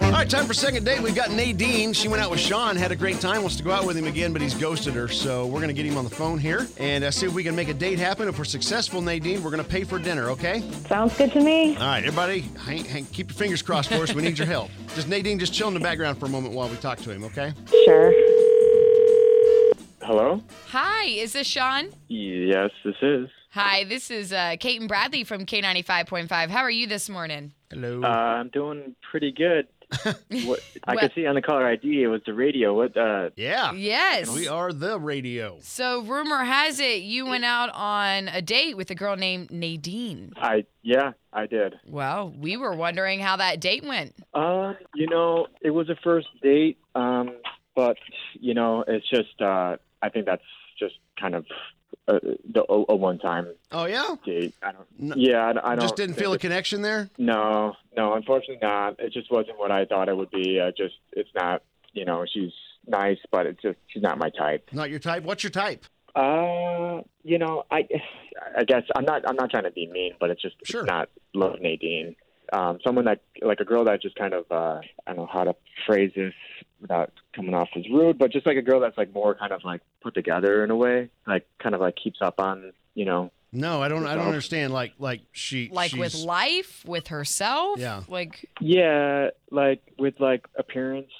All right, time for second date. We've got Nadine. She went out with Sean, had a great time, wants to go out with him again, but he's ghosted her. So we're going to get him on the phone here and uh, see if we can make a date happen. If we're successful, Nadine, we're going to pay for dinner, okay? Sounds good to me. All right, everybody, hang, hang, keep your fingers crossed for us. We need your help. Just Nadine, just chill in the background for a moment while we talk to him, okay? Sure. Hello? Hi, is this Sean? Yes, this is. Hi, this is uh, Kate and Bradley from K95.5. How are you this morning? Hello. Uh, I'm doing pretty good. what, I Well- could see on the caller ID it was the radio. What? Uh, yeah. Yes. Ah, We are the radio. So, rumor has it you went out on a date with a girl named Nadine. I yeah, I did. Well, we were wondering how that date went. Uh, you know, it was a first date. Um, but you know, it's just uh, I think that's just kind of uh, the a, a one-time Oh, yeah? date. I don't. No. yeah, I, I don't. Just didn't feel a connection there? No, no, unfortunately not. It just wasn't what I thought it would be. Uh, just it's not. You know, she's nice, but it's just she's not my type. Not your type? What's your type? Uh, you know, I, I guess I'm not. I'm not trying to be mean, but it's just it's Sure. not love Nadine. Um, someone that like a girl that just kind of uh, I don't know how to phrase this without coming off as rude, but just like a girl that's like more kind of like put together in a way, like kind of like keeps up on you know. No, I don't. I don't No. understand. Like, like she, Like with she's- life, with herself? Yeah. Like, Yeah, like with like appearance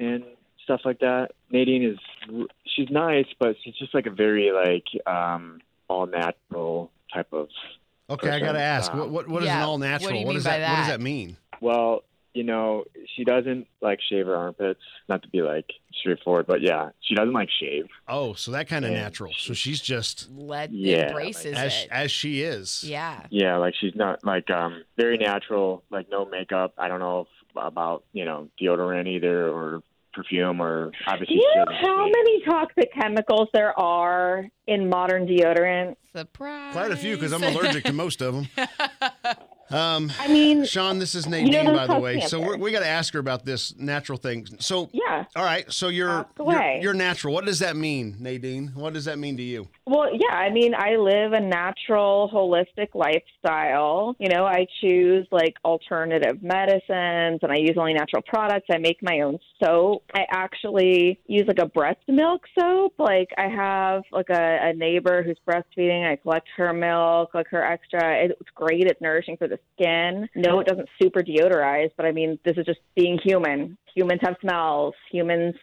and stuff like that. Nadine is she's nice, but she's just like a very like um, all natural type of Okay, I gotta person. ask. Um, What what, what is Yeah, an all what do natural? you mean does by What does that? that mean? Well, you know, she doesn't like shave her armpits. Not to be like straightforward, but yeah, she doesn't like shave. Oh, so that kind of Yeah. natural. So she's just let Yeah, embraces like- as it. as she is. yeah. Yeah, like she's not like um very natural, like no makeup. I don't know if, about you know deodorant either or perfume or Do obviously. you she know doesn't how smoke. many toxic chemicals there are in modern deodorant? Surprise. Quite a few because I'm allergic to most of them. Um, I mean, Sean, this is know Nadine, those by the cause way. So cancer. we're, we got to ask her about this natural thing. So, yeah. all right. So you're, Ask you're away. you're natural. What does that mean, Nadine? What does that mean to you? Well, yeah, I mean, I live a natural, holistic lifestyle. You know, I choose like alternative medicines and I use only natural products. I make my own soap. I actually use like a breast milk soap. Like, I have like a, a neighbor who's breastfeeding. I collect her milk, like her extra. It's great. It's nourishing for the skin. No, it doesn't super deodorize, but I mean, this is just being human. Humans have smells. Humans,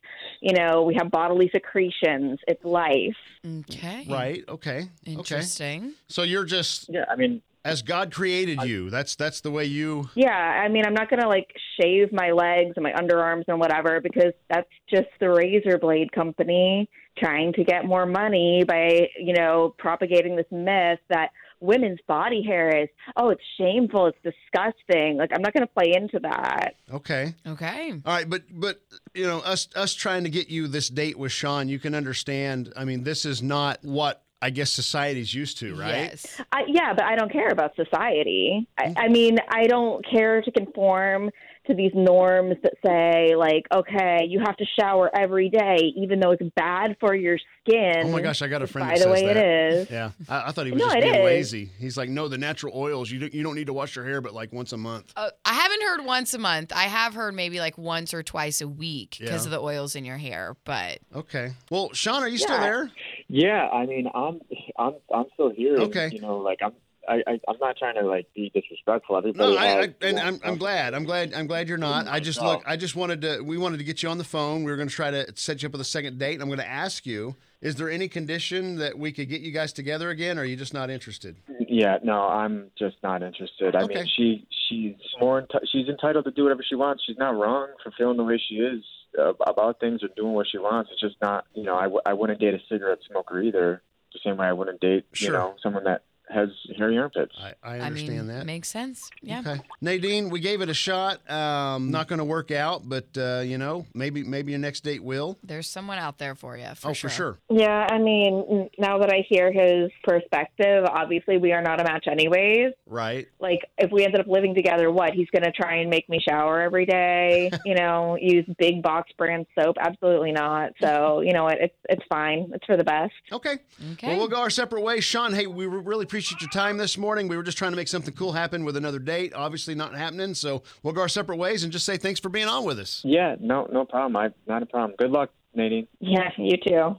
you know, we have bodily secretions. It's life. Okay. Right. Okay. Okay. Interesting. So you're just Yeah, I mean, as God created you. That's that's the way you. Yeah, I mean, I'm not gonna like shave my legs and my underarms and whatever because that's just the razor blade company trying to get more money by you know propagating this myth that women's body hair is oh it's shameful, it's disgusting. Like I'm not gonna play into that. Okay. Okay. All right, but but you know us us trying to get you this date with Sean, you can understand. I mean, this is not what I guess society's used to, right? Yes. I, yeah, but I don't care about society. I, I mean, I don't care to conform to these norms that say like okay, you have to shower every day even though it's bad for your skin. Oh my gosh, I got a friend. Mm-hmm. By that the says way, that. it is. Yeah, I, I thought he was No, just it being is. lazy. He's like, no, the natural oils. You don't, you don't need to wash your hair, but like once a month. Uh, I haven't heard once a month. I have heard maybe like once or twice a week because Yeah. of the oils in your hair. But Okay. Well, Sean, are you still Yeah. there? yeah, I mean, I'm I'm I'm still here. Okay. You know, like I'm. I, I, I'm not trying to like be disrespectful. Everybody No, I, has- I and I'm, I'm glad. I'm glad. I'm glad you're not. I just look. I just wanted to. We wanted to get you on the phone. We were going to try to set you up with a second date. I'm going to ask you: Is there any condition that we could get you guys together again? Or are you just not interested? Yeah, no, I'm just not interested. I Okay. mean, she she's more enti- she's entitled to do whatever she wants. She's not wrong for feeling the way she is uh, about things or doing what she wants. It's just not, you know, I, w- I wouldn't date a cigarette smoker either. The same way I wouldn't date, Sure. you know, someone that has hairy armpits. I, I I understand mean, that. makes sense. Yeah. Okay. Nadine, we gave it a shot. Um, not going to work out, but uh, you know, maybe maybe your next date will. There's someone out there for you. For oh, sure. for sure. Yeah, I mean, n- now that I hear his perspective, obviously we are not a match anyways. Right. Like, if we ended up living together, what? He's going to try and make me shower every day, you know, use big box brand soap? Absolutely not. So, you know what? It's, it's fine. It's for the best. Okay. Okay. Well, we'll go our separate ways. Sean, hey, we really appreciate your time this morning. We were just trying to make something cool happen with another date. Obviously, not happening. So we'll go our separate ways and just say thanks for being on with us. Yeah, no, no problem. I not a problem. Good luck, Nadine. Yeah, you too.